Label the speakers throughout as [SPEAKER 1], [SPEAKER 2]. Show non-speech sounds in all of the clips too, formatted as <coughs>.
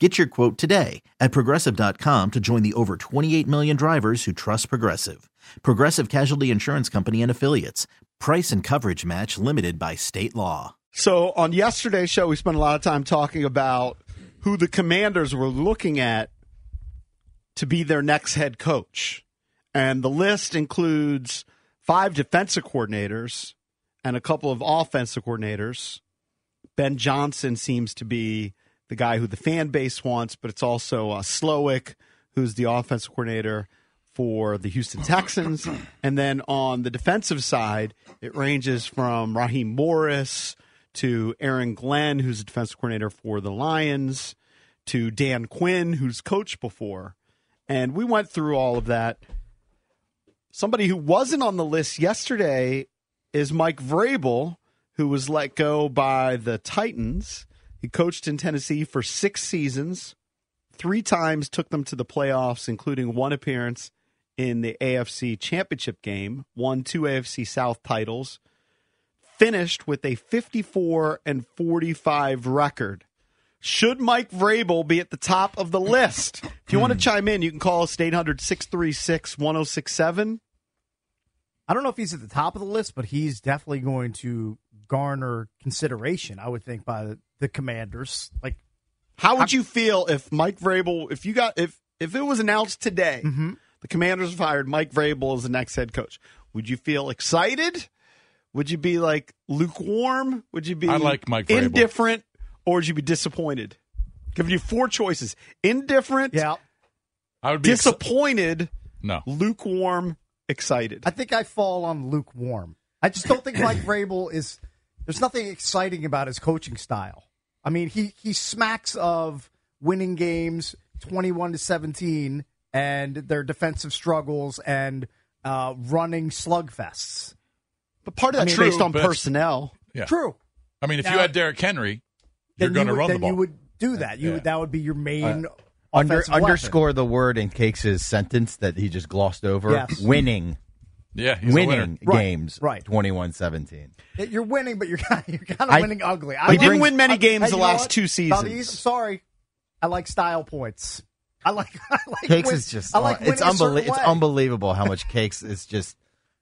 [SPEAKER 1] Get your quote today at progressive.com to join the over 28 million drivers who trust Progressive. Progressive Casualty Insurance Company and Affiliates. Price and coverage match limited by state law.
[SPEAKER 2] So, on yesterday's show, we spent a lot of time talking about who the commanders were looking at to be their next head coach. And the list includes five defensive coordinators and a couple of offensive coordinators. Ben Johnson seems to be the guy who the fan base wants, but it's also uh, Slowick, who's the offensive coordinator for the Houston Texans. And then on the defensive side, it ranges from Raheem Morris to Aaron Glenn, who's the defensive coordinator for the Lions, to Dan Quinn, who's coached before. And we went through all of that. Somebody who wasn't on the list yesterday is Mike Vrabel, who was let go by the Titans. He coached in Tennessee for six seasons, three times took them to the playoffs, including one appearance in the AFC championship game, won two AFC South titles, finished with a 54 and 45 record. Should Mike Vrabel be at the top of the list? If you want to chime in, you can call us 800 636 1067.
[SPEAKER 3] I don't know if he's at the top of the list, but he's definitely going to garner consideration, I would think, by the commanders. Like,
[SPEAKER 2] How would you feel if Mike Vrabel, if you got, if if it was announced today, the Commanders fired Mike Vrabel as the next head coach? Would you feel excited? Would you be like lukewarm? Would you be
[SPEAKER 4] I like Mike Vrabel.
[SPEAKER 2] indifferent, or would you be disappointed? Giving you four choices: indifferent,
[SPEAKER 3] yeah,
[SPEAKER 4] I would be ex-
[SPEAKER 2] disappointed,
[SPEAKER 4] no.
[SPEAKER 2] lukewarm, excited.
[SPEAKER 3] I think I fall on lukewarm. I just don't think Mike Vrabel is. There's nothing exciting about his coaching style. I mean, he he smacks of winning games, twenty-one to seventeen, and their defensive struggles and uh, running slugfests.
[SPEAKER 2] But part of
[SPEAKER 3] I
[SPEAKER 2] that's
[SPEAKER 3] mean,
[SPEAKER 2] based on
[SPEAKER 4] but-
[SPEAKER 2] personnel.
[SPEAKER 4] Yeah.
[SPEAKER 3] True.
[SPEAKER 4] I mean, if
[SPEAKER 3] Now-
[SPEAKER 4] you had Derrick Henry, you're
[SPEAKER 3] Then
[SPEAKER 4] going to
[SPEAKER 3] you would-
[SPEAKER 4] run the
[SPEAKER 3] then
[SPEAKER 4] ball.
[SPEAKER 3] You would do that. You
[SPEAKER 4] Yeah.
[SPEAKER 3] would, that would be your main
[SPEAKER 5] Uh, Under,
[SPEAKER 3] offensive weapon.
[SPEAKER 5] underscore the word and takes his sentence that he just glossed over.
[SPEAKER 3] Yes.
[SPEAKER 5] Winning,
[SPEAKER 4] yeah, he's a winner.
[SPEAKER 5] winning
[SPEAKER 3] Right,
[SPEAKER 5] games.
[SPEAKER 3] right.
[SPEAKER 5] 21-17.
[SPEAKER 3] Yeah, You're winning, but you're <laughs> you're kind of
[SPEAKER 5] I-
[SPEAKER 3] winning ugly.
[SPEAKER 5] He
[SPEAKER 3] I
[SPEAKER 2] He didn't
[SPEAKER 5] brings-
[SPEAKER 2] win many
[SPEAKER 3] I-
[SPEAKER 2] games
[SPEAKER 3] hey,
[SPEAKER 2] the
[SPEAKER 3] you know
[SPEAKER 2] last
[SPEAKER 3] what?
[SPEAKER 2] two seasons.
[SPEAKER 3] Bobby, I'm sorry, I like style points. I like. <laughs> I like
[SPEAKER 5] Cakes
[SPEAKER 3] win-
[SPEAKER 5] is just uh,
[SPEAKER 3] I like.
[SPEAKER 5] it's
[SPEAKER 3] winning a certain
[SPEAKER 5] unbelievable. It's
[SPEAKER 3] way.
[SPEAKER 5] unbelievable how
[SPEAKER 3] <laughs>
[SPEAKER 5] much cakes is just.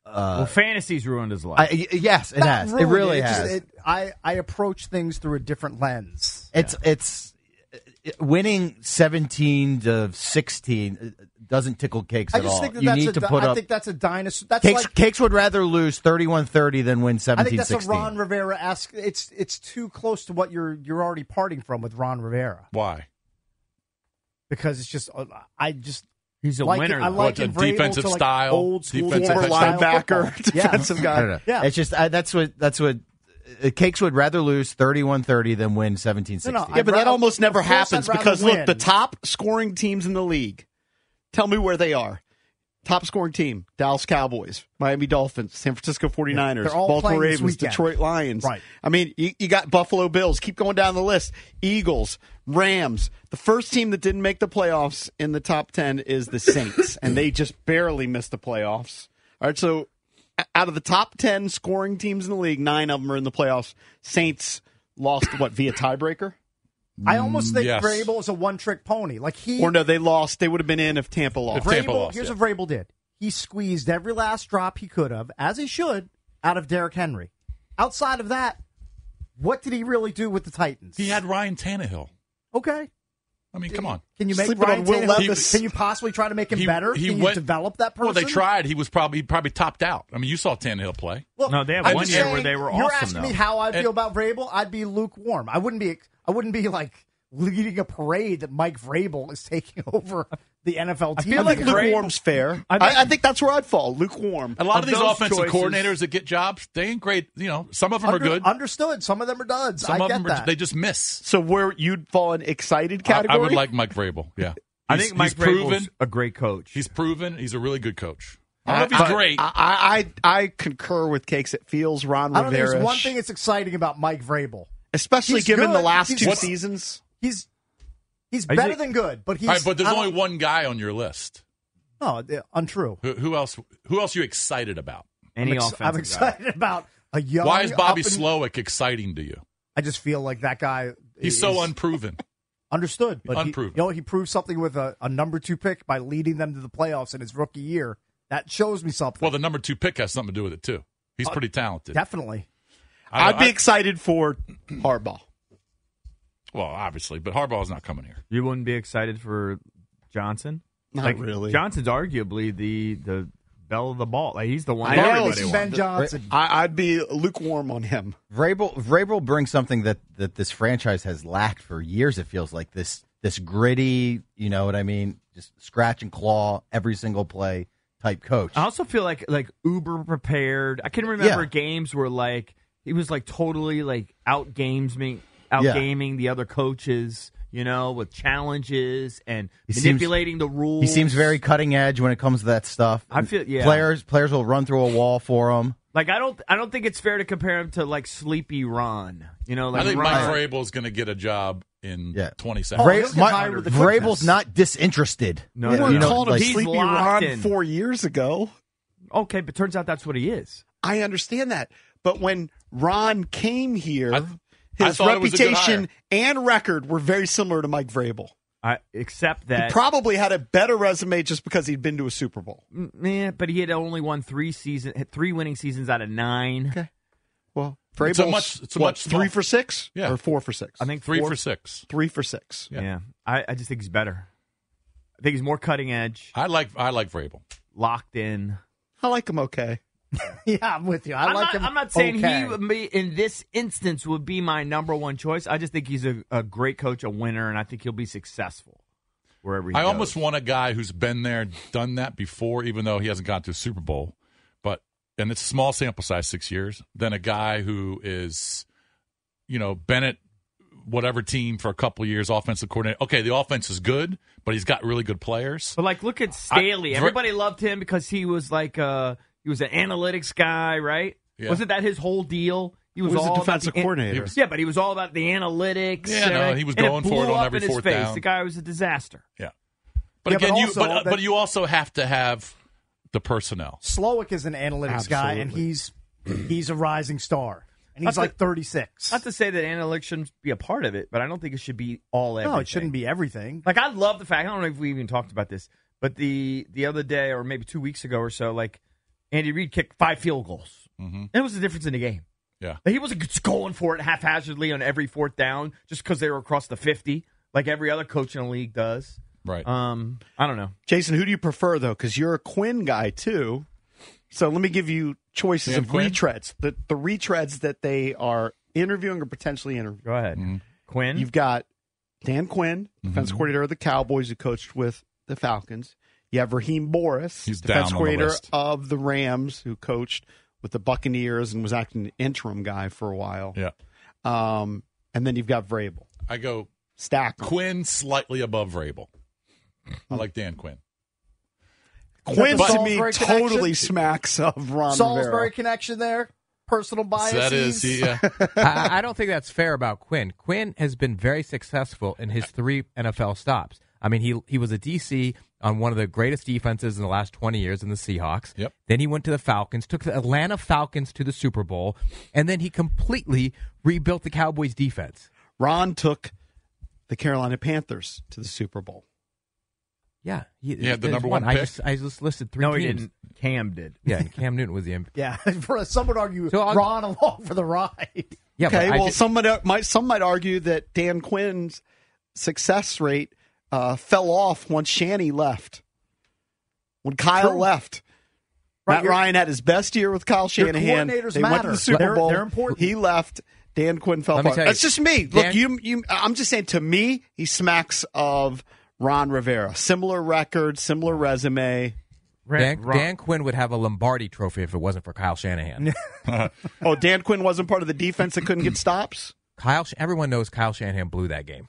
[SPEAKER 5] uh,
[SPEAKER 6] Well, fantasy's ruined his
[SPEAKER 5] I,
[SPEAKER 6] life.
[SPEAKER 5] y- yes, it
[SPEAKER 3] Not
[SPEAKER 5] has. It
[SPEAKER 3] ruined
[SPEAKER 5] really
[SPEAKER 3] just-
[SPEAKER 5] has.
[SPEAKER 3] it- I I approach things through a different lens.
[SPEAKER 5] It's it's it- winning seventeen to sixteen uh, doesn't tickle cakes
[SPEAKER 3] I
[SPEAKER 5] at
[SPEAKER 3] just
[SPEAKER 5] all.
[SPEAKER 3] think that
[SPEAKER 5] you
[SPEAKER 3] that's
[SPEAKER 5] need
[SPEAKER 3] a
[SPEAKER 5] to
[SPEAKER 3] di-
[SPEAKER 5] put
[SPEAKER 3] I
[SPEAKER 5] up.
[SPEAKER 3] think that's a dinosaur. That's
[SPEAKER 5] cakes,
[SPEAKER 3] like.
[SPEAKER 5] cakes would rather lose 31-30 than win 17-16.
[SPEAKER 3] I think that's a Ron Rivera esque. It's it's too close to what you're you're already parting from with Ron Rivera
[SPEAKER 4] Why?
[SPEAKER 3] because it's just uh, I just
[SPEAKER 6] He's a
[SPEAKER 3] like
[SPEAKER 6] winner.
[SPEAKER 3] I
[SPEAKER 6] though.
[SPEAKER 4] What,
[SPEAKER 3] like in
[SPEAKER 4] the
[SPEAKER 3] Vrabel
[SPEAKER 4] defensive
[SPEAKER 3] to, like,
[SPEAKER 4] style?
[SPEAKER 3] old school
[SPEAKER 4] Defensive
[SPEAKER 3] forward
[SPEAKER 4] style?
[SPEAKER 3] line
[SPEAKER 2] Linebacker,
[SPEAKER 3] football.
[SPEAKER 2] defensive
[SPEAKER 3] <laughs> yeah.
[SPEAKER 2] guy.
[SPEAKER 5] I don't know.
[SPEAKER 3] Yeah.
[SPEAKER 5] It's just I, that's what that's what uh, Cakes would rather lose 31-30 than win 17-16.
[SPEAKER 3] No, no,
[SPEAKER 2] Yeah,
[SPEAKER 3] I'd
[SPEAKER 2] but that
[SPEAKER 3] rather-
[SPEAKER 2] almost never
[SPEAKER 3] of course I'd
[SPEAKER 2] happens
[SPEAKER 3] rather
[SPEAKER 2] because look,
[SPEAKER 3] win.
[SPEAKER 2] the top scoring teams in the league. Tell me where they are. Top scoring team: Dallas Cowboys, Miami Dolphins, San Francisco 49ers,
[SPEAKER 3] They're all
[SPEAKER 2] Baltimore
[SPEAKER 3] playing this
[SPEAKER 2] Ravens,
[SPEAKER 3] weekend.
[SPEAKER 2] Detroit Lions.
[SPEAKER 3] Right.
[SPEAKER 2] I mean, you, you got Buffalo Bills. Keep going down the list: Eagles, Rams. The first team that didn't make the playoffs in the top 10 is the
[SPEAKER 3] <coughs>
[SPEAKER 2] Saints, and they just barely missed the playoffs. All right, so o- out of the top 10 scoring teams in the league, nine of them are in the playoffs. Saints lost what via tiebreaker?
[SPEAKER 3] I almost think
[SPEAKER 4] yes.
[SPEAKER 3] Vrabel is a one trick pony. Like he
[SPEAKER 2] Or no, they lost. They would have been in if Tampa lost.
[SPEAKER 4] If Tampa
[SPEAKER 3] Vrabel-
[SPEAKER 4] lost,
[SPEAKER 3] here's
[SPEAKER 4] yeah.
[SPEAKER 3] what Vrabel did. He squeezed every last drop he could have, as he should, out of Derrick Henry. Outside of that, what did he really do with the Titans?
[SPEAKER 4] He had Ryan Tannehill.
[SPEAKER 3] okay.
[SPEAKER 4] I mean, come on.
[SPEAKER 3] Can you make
[SPEAKER 2] Sleeping on
[SPEAKER 3] Ryan
[SPEAKER 2] Will
[SPEAKER 3] Tannehill-
[SPEAKER 2] Levis.
[SPEAKER 3] Can you possibly try to make him better? Can you
[SPEAKER 4] went-
[SPEAKER 3] develop that person?
[SPEAKER 4] Well, they tried. He was probably he probably topped out. I mean, you saw Tannehill play.
[SPEAKER 3] Look,
[SPEAKER 6] No, they have
[SPEAKER 3] I'm
[SPEAKER 6] one
[SPEAKER 3] just
[SPEAKER 6] year
[SPEAKER 3] saying,
[SPEAKER 6] where they were
[SPEAKER 3] You're
[SPEAKER 6] awesome,
[SPEAKER 3] asking me
[SPEAKER 6] though.
[SPEAKER 3] how I feel
[SPEAKER 4] And-
[SPEAKER 3] about Vrabel. I'd be lukewarm. I wouldn't be. I wouldn't be like leading a parade that Mike Vrabel is taking <laughs> over the NFL team.
[SPEAKER 6] feel like
[SPEAKER 3] because-
[SPEAKER 6] Vrabel-
[SPEAKER 2] lukewarm's fair. I,
[SPEAKER 6] I think-
[SPEAKER 2] I think that's where I'd fall. Lukewarm.
[SPEAKER 4] A lot of,
[SPEAKER 6] Of
[SPEAKER 4] these
[SPEAKER 6] those
[SPEAKER 4] offensive
[SPEAKER 6] choices-
[SPEAKER 4] coordinators that get jobs, they ain't great. You know, some of them
[SPEAKER 3] Under-
[SPEAKER 4] are good.
[SPEAKER 3] Understood. Some of them are duds.
[SPEAKER 4] some
[SPEAKER 3] I
[SPEAKER 4] of
[SPEAKER 3] get
[SPEAKER 4] them are,
[SPEAKER 3] that.
[SPEAKER 4] they just miss.
[SPEAKER 2] So where you'd fall in excited
[SPEAKER 4] I,
[SPEAKER 2] category?
[SPEAKER 4] I would like Mike Vrabel. Yeah,
[SPEAKER 6] <laughs> I
[SPEAKER 4] He's-
[SPEAKER 6] think Mike
[SPEAKER 4] he's proven.
[SPEAKER 6] Vrabel's a great coach.
[SPEAKER 4] He's proven. He's a really good coach. I don't know if he's
[SPEAKER 2] But
[SPEAKER 4] great.
[SPEAKER 2] I, I I concur with Cakes. It feels Ron
[SPEAKER 3] I don't think
[SPEAKER 2] Rivera.
[SPEAKER 3] there's one thing that's exciting about Mike Vrabel.
[SPEAKER 2] especially
[SPEAKER 3] He's
[SPEAKER 2] given
[SPEAKER 3] good.
[SPEAKER 2] the last
[SPEAKER 3] He's
[SPEAKER 2] two
[SPEAKER 3] what-
[SPEAKER 2] seasons.
[SPEAKER 3] He's he's
[SPEAKER 6] I
[SPEAKER 3] better
[SPEAKER 6] think-
[SPEAKER 3] than good, but he's
[SPEAKER 4] All right, but there's
[SPEAKER 3] I don't-
[SPEAKER 4] only one guy on your list.
[SPEAKER 3] No, yeah, untrue.
[SPEAKER 4] Who, who else? Who else are you excited about?
[SPEAKER 6] Any
[SPEAKER 3] I'm, ex-
[SPEAKER 6] offensive
[SPEAKER 3] I'm excited <laughs> about a young.
[SPEAKER 4] Why is Bobby
[SPEAKER 3] up and-
[SPEAKER 4] Slowick exciting to you?
[SPEAKER 3] I just feel like that guy.
[SPEAKER 4] He's
[SPEAKER 3] is,
[SPEAKER 4] so unproven.
[SPEAKER 3] Understood, but he-
[SPEAKER 4] Unproven.
[SPEAKER 3] you know what? He proved something with a, a number two pick by leading them to the playoffs in his rookie year. That <laughs> shows me something. Uh,
[SPEAKER 4] Well, the number two pick has something to do with it too. He's pretty talented.
[SPEAKER 3] Definitely.
[SPEAKER 4] I
[SPEAKER 2] I'd
[SPEAKER 4] don't-
[SPEAKER 2] be
[SPEAKER 4] I-
[SPEAKER 2] excited for Harbaugh.
[SPEAKER 4] well, obviously, but Harbaugh's not coming here.
[SPEAKER 6] guy. You wouldn't be excited for Johnson?
[SPEAKER 2] Not
[SPEAKER 6] Like,
[SPEAKER 2] really.
[SPEAKER 6] Johnson's arguably the the bell of the ball. Like he's the one.
[SPEAKER 2] I know.
[SPEAKER 6] everybody
[SPEAKER 3] This is
[SPEAKER 6] wants.
[SPEAKER 3] Ben Johnson.
[SPEAKER 2] I, I'd be lukewarm on him.
[SPEAKER 5] Vrabel Vrabel brings something that that this franchise has lacked for years. It feels like this this gritty, you know what I mean, just scratch and claw every single play type coach.
[SPEAKER 6] I also feel like like uber prepared. I can remember
[SPEAKER 5] Yeah.
[SPEAKER 6] games where like he was like totally like out games me out gaming the other coaches. You know, with challenges and
[SPEAKER 5] He seems-
[SPEAKER 6] manipulating the rules.
[SPEAKER 5] He seems very cutting edge when it comes to that stuff.
[SPEAKER 6] I feel- yeah.
[SPEAKER 5] Players players will run through a wall for him.
[SPEAKER 6] like I don't. I don't think it's fair to compare him to like Sleepy Ron. You know, like
[SPEAKER 4] I think
[SPEAKER 6] Ron.
[SPEAKER 4] Mike Vrabel's going to get a job in
[SPEAKER 5] Yeah.
[SPEAKER 4] 20
[SPEAKER 3] Oh,
[SPEAKER 4] seconds.
[SPEAKER 3] Vra- he'll get
[SPEAKER 5] My-
[SPEAKER 3] hired with the
[SPEAKER 5] Vrabel's
[SPEAKER 3] quickness.
[SPEAKER 5] not disinterested.
[SPEAKER 6] No,
[SPEAKER 5] You
[SPEAKER 6] no,
[SPEAKER 2] Everyone
[SPEAKER 6] no.
[SPEAKER 2] called him
[SPEAKER 5] like-
[SPEAKER 6] He's
[SPEAKER 2] Sleepy
[SPEAKER 6] locked
[SPEAKER 2] Ron
[SPEAKER 6] in.
[SPEAKER 2] four years ago.
[SPEAKER 6] Okay, but turns out that's what he is.
[SPEAKER 2] I understand that, but when Ron came here,
[SPEAKER 4] I th- I
[SPEAKER 2] his
[SPEAKER 4] thought it was a good
[SPEAKER 2] reputation
[SPEAKER 4] hire.
[SPEAKER 2] and record were very similar to Mike Vrabel.
[SPEAKER 6] I, except
[SPEAKER 2] He
[SPEAKER 6] that,
[SPEAKER 2] probably had a better resume just because he'd been to a Super Bowl.
[SPEAKER 6] Mm, eh, but he had only won three season, had three winning seasons out of nine.
[SPEAKER 2] Well,
[SPEAKER 4] It's
[SPEAKER 2] Vrabel's
[SPEAKER 4] a much- it's a
[SPEAKER 2] what,
[SPEAKER 4] much
[SPEAKER 2] three
[SPEAKER 4] small-
[SPEAKER 2] for six,
[SPEAKER 4] Yeah.
[SPEAKER 2] or four for six.
[SPEAKER 6] I think
[SPEAKER 4] Three
[SPEAKER 6] four-
[SPEAKER 4] for six.
[SPEAKER 2] three for six.
[SPEAKER 6] Yeah,
[SPEAKER 4] Yeah.
[SPEAKER 6] I, I just think he's better. I think he's more cutting edge,
[SPEAKER 4] I like I like Vrabel.
[SPEAKER 6] locked in.
[SPEAKER 2] I like him okay.
[SPEAKER 3] <laughs> yeah, I'm with you. I
[SPEAKER 6] am
[SPEAKER 3] like
[SPEAKER 6] not,
[SPEAKER 3] him.
[SPEAKER 6] I'm not saying
[SPEAKER 3] okay.
[SPEAKER 6] he would be, in this instance would be my number one choice. I just think he's a, a great coach, a winner, and I think he'll be successful wherever he
[SPEAKER 4] I
[SPEAKER 6] goes.
[SPEAKER 4] almost want a guy who's been there, done that before, even though he hasn't gone to a Super Bowl. But and it's a small sample size, six years, than a guy who is, you know, Bennett, whatever team for a couple of years, offensive coordinator. Okay, the offense is good, but he's got really good players.
[SPEAKER 6] But like, look at Staley.
[SPEAKER 4] Vra-
[SPEAKER 6] Everybody loved him because he was like uh he was an analytics guy, right?
[SPEAKER 4] Yeah.
[SPEAKER 6] Wasn't that his whole deal? He was,
[SPEAKER 2] He was a
[SPEAKER 6] all about
[SPEAKER 2] defensive
[SPEAKER 6] the an-
[SPEAKER 2] coordinator.
[SPEAKER 6] he was- yeah, but he was all about the analytics.
[SPEAKER 4] Yeah, no,
[SPEAKER 6] and-
[SPEAKER 4] he was
[SPEAKER 6] and
[SPEAKER 4] going
[SPEAKER 6] it
[SPEAKER 4] for it
[SPEAKER 6] blew
[SPEAKER 4] on
[SPEAKER 6] up
[SPEAKER 4] every
[SPEAKER 6] in his
[SPEAKER 4] fourth
[SPEAKER 6] face.
[SPEAKER 4] down.
[SPEAKER 6] The guy was a disaster.
[SPEAKER 4] But
[SPEAKER 3] Yeah, but
[SPEAKER 4] again, you
[SPEAKER 3] also
[SPEAKER 4] but, uh,
[SPEAKER 3] that-
[SPEAKER 4] but you also have to have the personnel.
[SPEAKER 3] Slowick is an analytics guy, and he's he's a rising star, and he's
[SPEAKER 6] Not
[SPEAKER 3] like
[SPEAKER 6] to-
[SPEAKER 3] 36.
[SPEAKER 6] Not to say that analytics shouldn't be a part of it, but I don't think it should be all.
[SPEAKER 3] no, it shouldn't be everything.
[SPEAKER 6] Like I love the fact I don't know if we even talked about this, but the the other day or maybe two weeks ago or so, like Andy Reid kicked five field goals.
[SPEAKER 4] Mhm.
[SPEAKER 6] And it was the difference in the game.
[SPEAKER 4] Yeah.
[SPEAKER 6] Like, he wasn't just going for it haphazardly on every fourth down just because they were across the fifty, like every other coach in the league does.
[SPEAKER 4] Right.
[SPEAKER 6] Um, I don't know.
[SPEAKER 2] Jason, who do you prefer though? Because you're a Quinn guy too. So let me give you choices
[SPEAKER 4] Dan
[SPEAKER 2] of
[SPEAKER 4] Quinn?
[SPEAKER 2] retreads. The the retreads that they are interviewing or potentially interviewing.
[SPEAKER 6] Go ahead,
[SPEAKER 4] Mm-hmm.
[SPEAKER 6] Quinn.
[SPEAKER 2] You've got Dan Quinn, defensive coordinator of the Cowboys, who coached with the Falcons. You have Raheem Boris,
[SPEAKER 4] He's down on
[SPEAKER 2] defensive
[SPEAKER 4] the
[SPEAKER 2] coordinator
[SPEAKER 4] list.
[SPEAKER 2] of the Rams, who coached with the Buccaneers and was acting interim guy for a while.
[SPEAKER 4] yeah.
[SPEAKER 2] Um, and then you've got Vrabel.
[SPEAKER 4] I go
[SPEAKER 2] Stack 'em.
[SPEAKER 4] Quinn slightly above Rabel. I like Dan Quinn.
[SPEAKER 2] Quinn
[SPEAKER 3] But-
[SPEAKER 2] to me
[SPEAKER 3] Salisbury
[SPEAKER 2] totally
[SPEAKER 3] connection?
[SPEAKER 2] smacks of Ron
[SPEAKER 3] Salisbury
[SPEAKER 2] Um, Rivera.
[SPEAKER 3] connection there, personal biases.
[SPEAKER 4] that is yeah.
[SPEAKER 7] I, I don't think that's fair about Quinn. Quinn has been very successful in his three NFL stops. I mean, he he was a DC on one of the greatest defenses in the last 20 years in the Seahawks.
[SPEAKER 4] Yep.
[SPEAKER 7] Then he went to the Falcons, took the Atlanta Falcons to the Super Bowl, and then he completely rebuilt the Cowboys defense.
[SPEAKER 2] Ron took the Carolina Panthers to the Super Bowl.
[SPEAKER 7] Yeah. He,
[SPEAKER 4] Yeah, the
[SPEAKER 7] there's
[SPEAKER 4] number
[SPEAKER 7] one.
[SPEAKER 4] one
[SPEAKER 7] I
[SPEAKER 4] pick.
[SPEAKER 7] just, I just listed three
[SPEAKER 6] no, he
[SPEAKER 7] teams.
[SPEAKER 6] didn't. Cam did.
[SPEAKER 7] Yeah, and Cam Newton
[SPEAKER 6] <laughs>
[SPEAKER 7] was the MVP.
[SPEAKER 3] <laughs> Yeah, <laughs> for some would argue
[SPEAKER 7] So I'll-
[SPEAKER 3] Ron along for the ride.
[SPEAKER 7] Yeah,
[SPEAKER 2] Okay,
[SPEAKER 7] but I
[SPEAKER 2] well,
[SPEAKER 7] did-
[SPEAKER 2] some might, might some might argue that Dan Quinn's success rate uh, fell off once Shanny left. When Kyle
[SPEAKER 3] True.
[SPEAKER 2] left,
[SPEAKER 3] Right,
[SPEAKER 2] Matt
[SPEAKER 3] you're-
[SPEAKER 2] Ryan had his best year with Kyle Shanahan. They
[SPEAKER 3] coordinators
[SPEAKER 2] went to
[SPEAKER 3] matter.
[SPEAKER 2] the Super
[SPEAKER 3] They're-
[SPEAKER 2] Bowl.
[SPEAKER 3] they're important.
[SPEAKER 2] He left. Dan Quinn fell
[SPEAKER 7] Let me
[SPEAKER 2] apart.
[SPEAKER 7] tell you-
[SPEAKER 2] That's just me. Look,
[SPEAKER 7] Dan-
[SPEAKER 2] you, you. I'm just saying. To me, he smacks of Ron Rivera. Similar record, similar resume.
[SPEAKER 7] Dan,
[SPEAKER 6] Ron-
[SPEAKER 7] Dan Quinn would have a Lombardi trophy if it wasn't for Kyle Shanahan.
[SPEAKER 2] Oh, Dan Quinn wasn't part of the defense that couldn't get stops.
[SPEAKER 7] Kyle, Sh- everyone knows Kyle Shanahan blew that game.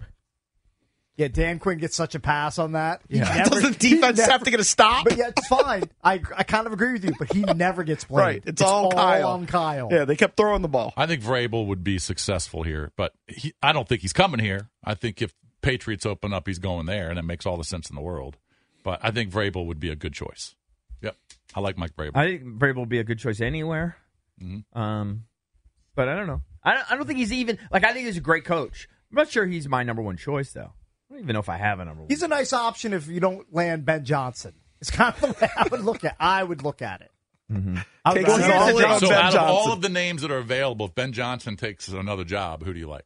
[SPEAKER 3] Yeah, Dan Quinn gets such a pass on that.
[SPEAKER 7] Yeah.
[SPEAKER 3] He never-
[SPEAKER 2] Doesn't
[SPEAKER 3] he
[SPEAKER 2] defense
[SPEAKER 3] never-
[SPEAKER 2] have to get a stop?
[SPEAKER 3] But yeah, it's fine. I I kind of agree with you, but he never gets blamed.
[SPEAKER 2] Right. It's, all, Kyle.
[SPEAKER 3] on Kyle.
[SPEAKER 2] Yeah, they kept throwing the ball. <laughs>
[SPEAKER 4] I think Vrabel would be successful here, but he, I don't think he's coming here. I think if Patriots open up, he's going there, and it makes all the sense in the world. But I think Vrabel would be a good choice. Yep, I like Mike Vrabel.
[SPEAKER 6] I think Vrabel would be a good choice anywhere. Um, but I don't know. I don't, I don't think he's even like. I think he's a great coach. I'm not sure he's my number one choice though. I don't even know if I have a number one.
[SPEAKER 3] He's a nice option if you don't land Ben Johnson. It's kind of the way I would look at. I would look at it. I would,
[SPEAKER 2] Takes
[SPEAKER 3] I would
[SPEAKER 2] it all
[SPEAKER 3] take-
[SPEAKER 2] in on
[SPEAKER 4] so
[SPEAKER 2] Ben
[SPEAKER 4] out of all
[SPEAKER 2] Johnson.
[SPEAKER 4] of the names that are available, if Ben Johnson takes another job, who do you like?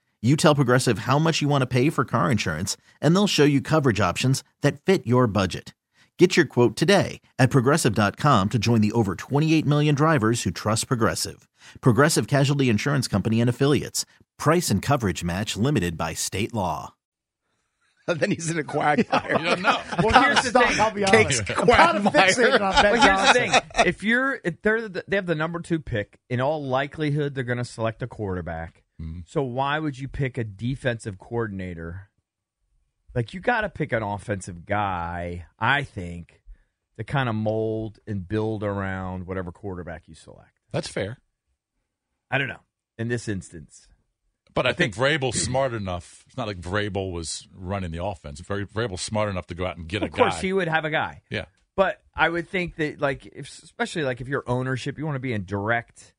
[SPEAKER 1] You tell Progressive how much you want to pay for car insurance, and they'll show you coverage options that fit your budget. Get your quote today at progressive.com to join the over 28 million drivers who trust Progressive. Progressive Casualty Insurance Company and Affiliates. Price and coverage match limited by state law.
[SPEAKER 2] then he's in a quagmire.
[SPEAKER 4] You don't know.
[SPEAKER 3] Well,
[SPEAKER 6] Kinda
[SPEAKER 3] here's the
[SPEAKER 6] stuck.
[SPEAKER 3] thing. I'll be
[SPEAKER 4] <laughs>
[SPEAKER 2] Cakes
[SPEAKER 3] honest. I'm kind of
[SPEAKER 2] quagmire.
[SPEAKER 3] fixated on Ben
[SPEAKER 6] But here's the
[SPEAKER 3] Johnson.
[SPEAKER 6] thing: if you're if they're the, they have the number two pick, in all likelihood they're going to select a quarterback.
[SPEAKER 4] Mm-hmm.
[SPEAKER 6] So why would you pick a defensive coordinator? Like you got to pick an offensive guy, I think, to kind of mold and build around whatever quarterback you select.
[SPEAKER 4] That's fair.
[SPEAKER 6] I don't know. In this instance,
[SPEAKER 4] But I think Vrabel's smart enough. It's not like Vrabel was running the offense. Vra- Vrabel's smart enough to go out and get
[SPEAKER 6] of
[SPEAKER 4] a
[SPEAKER 6] course
[SPEAKER 4] guy.
[SPEAKER 6] he would have a guy.
[SPEAKER 4] yeah,
[SPEAKER 6] But I would think that, like, if, especially like if you're ownership, you want to be in direct,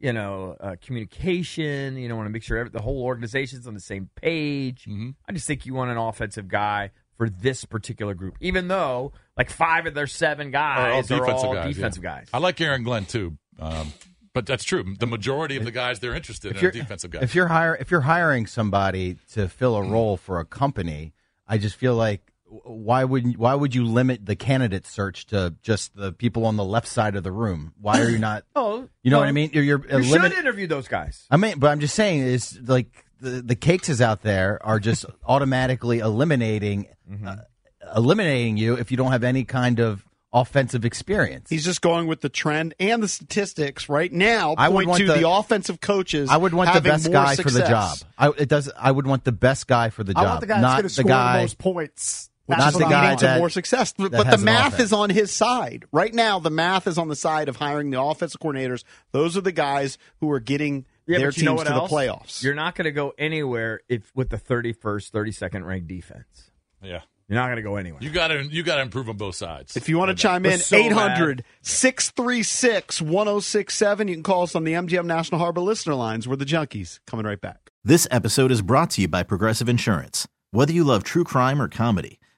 [SPEAKER 6] you know, uh, communication. You know, want to make sure every, the whole organization's on the same page.
[SPEAKER 4] Mhm.
[SPEAKER 6] I just think you want an offensive guy for this particular group, even though like five of their seven
[SPEAKER 4] Are
[SPEAKER 6] guys are all
[SPEAKER 4] yeah.
[SPEAKER 6] defensive guys.
[SPEAKER 4] I like Aaron Glenn too, um, but that's true. The majority of the guys they're interested
[SPEAKER 3] uh,
[SPEAKER 4] in are
[SPEAKER 5] you're-
[SPEAKER 4] defensive guys.
[SPEAKER 5] If you're hire if you're hiring somebody to fill a role for a company, I just feel like w- why would why would you limit the candidate search to just the people on the left side of the room? Why are you
[SPEAKER 3] <laughs>
[SPEAKER 5] not?
[SPEAKER 6] Oh,
[SPEAKER 5] you know
[SPEAKER 6] no.
[SPEAKER 5] what I mean. You're, you're
[SPEAKER 6] You
[SPEAKER 5] elimin-
[SPEAKER 6] should interview those guys.
[SPEAKER 5] I mean, but I'm just saying is like the the cakeses out there are
[SPEAKER 3] <laughs>
[SPEAKER 5] just automatically eliminating
[SPEAKER 3] Mm-hmm.
[SPEAKER 5] uh, eliminating you if you don't have any kind of offensive experience.
[SPEAKER 2] He's just going with the trend and the statistics right now.
[SPEAKER 5] I would
[SPEAKER 2] point
[SPEAKER 5] want
[SPEAKER 2] to the,
[SPEAKER 5] the-
[SPEAKER 2] offensive coaches.
[SPEAKER 5] I would want the
[SPEAKER 2] having
[SPEAKER 5] best
[SPEAKER 2] more
[SPEAKER 5] guy for the job.
[SPEAKER 2] success.
[SPEAKER 5] I, it does. I would want the best guy for the
[SPEAKER 3] I
[SPEAKER 5] job,
[SPEAKER 3] want the guy that's
[SPEAKER 5] not
[SPEAKER 3] going to score
[SPEAKER 5] guy.
[SPEAKER 3] the most points.
[SPEAKER 5] Well, not
[SPEAKER 2] that's
[SPEAKER 5] the
[SPEAKER 2] leading
[SPEAKER 5] guy
[SPEAKER 2] to
[SPEAKER 5] that-
[SPEAKER 2] more success. But
[SPEAKER 5] that
[SPEAKER 2] the
[SPEAKER 5] has an
[SPEAKER 2] math
[SPEAKER 5] offense.
[SPEAKER 2] is on his side right now. The math is on the side of hiring the offensive coordinators. Those are the guys who are getting
[SPEAKER 6] Yeah,
[SPEAKER 2] their
[SPEAKER 6] but you know
[SPEAKER 2] teams
[SPEAKER 6] what
[SPEAKER 2] to
[SPEAKER 6] else?
[SPEAKER 2] the playoffs.
[SPEAKER 6] You're not going to go anywhere if with the 31st, 32nd ranked defense.
[SPEAKER 4] Yeah.
[SPEAKER 6] You're not going to go anywhere.
[SPEAKER 4] You got to you got to improve on both sides.
[SPEAKER 2] If you want to chime in,
[SPEAKER 6] We're so
[SPEAKER 2] 800 636 1067. You can call us on the MGM National Harbor listener lines. We're the junkies. Coming right back.
[SPEAKER 1] This episode is brought to you by Progressive Insurance. Whether you love true crime or comedy,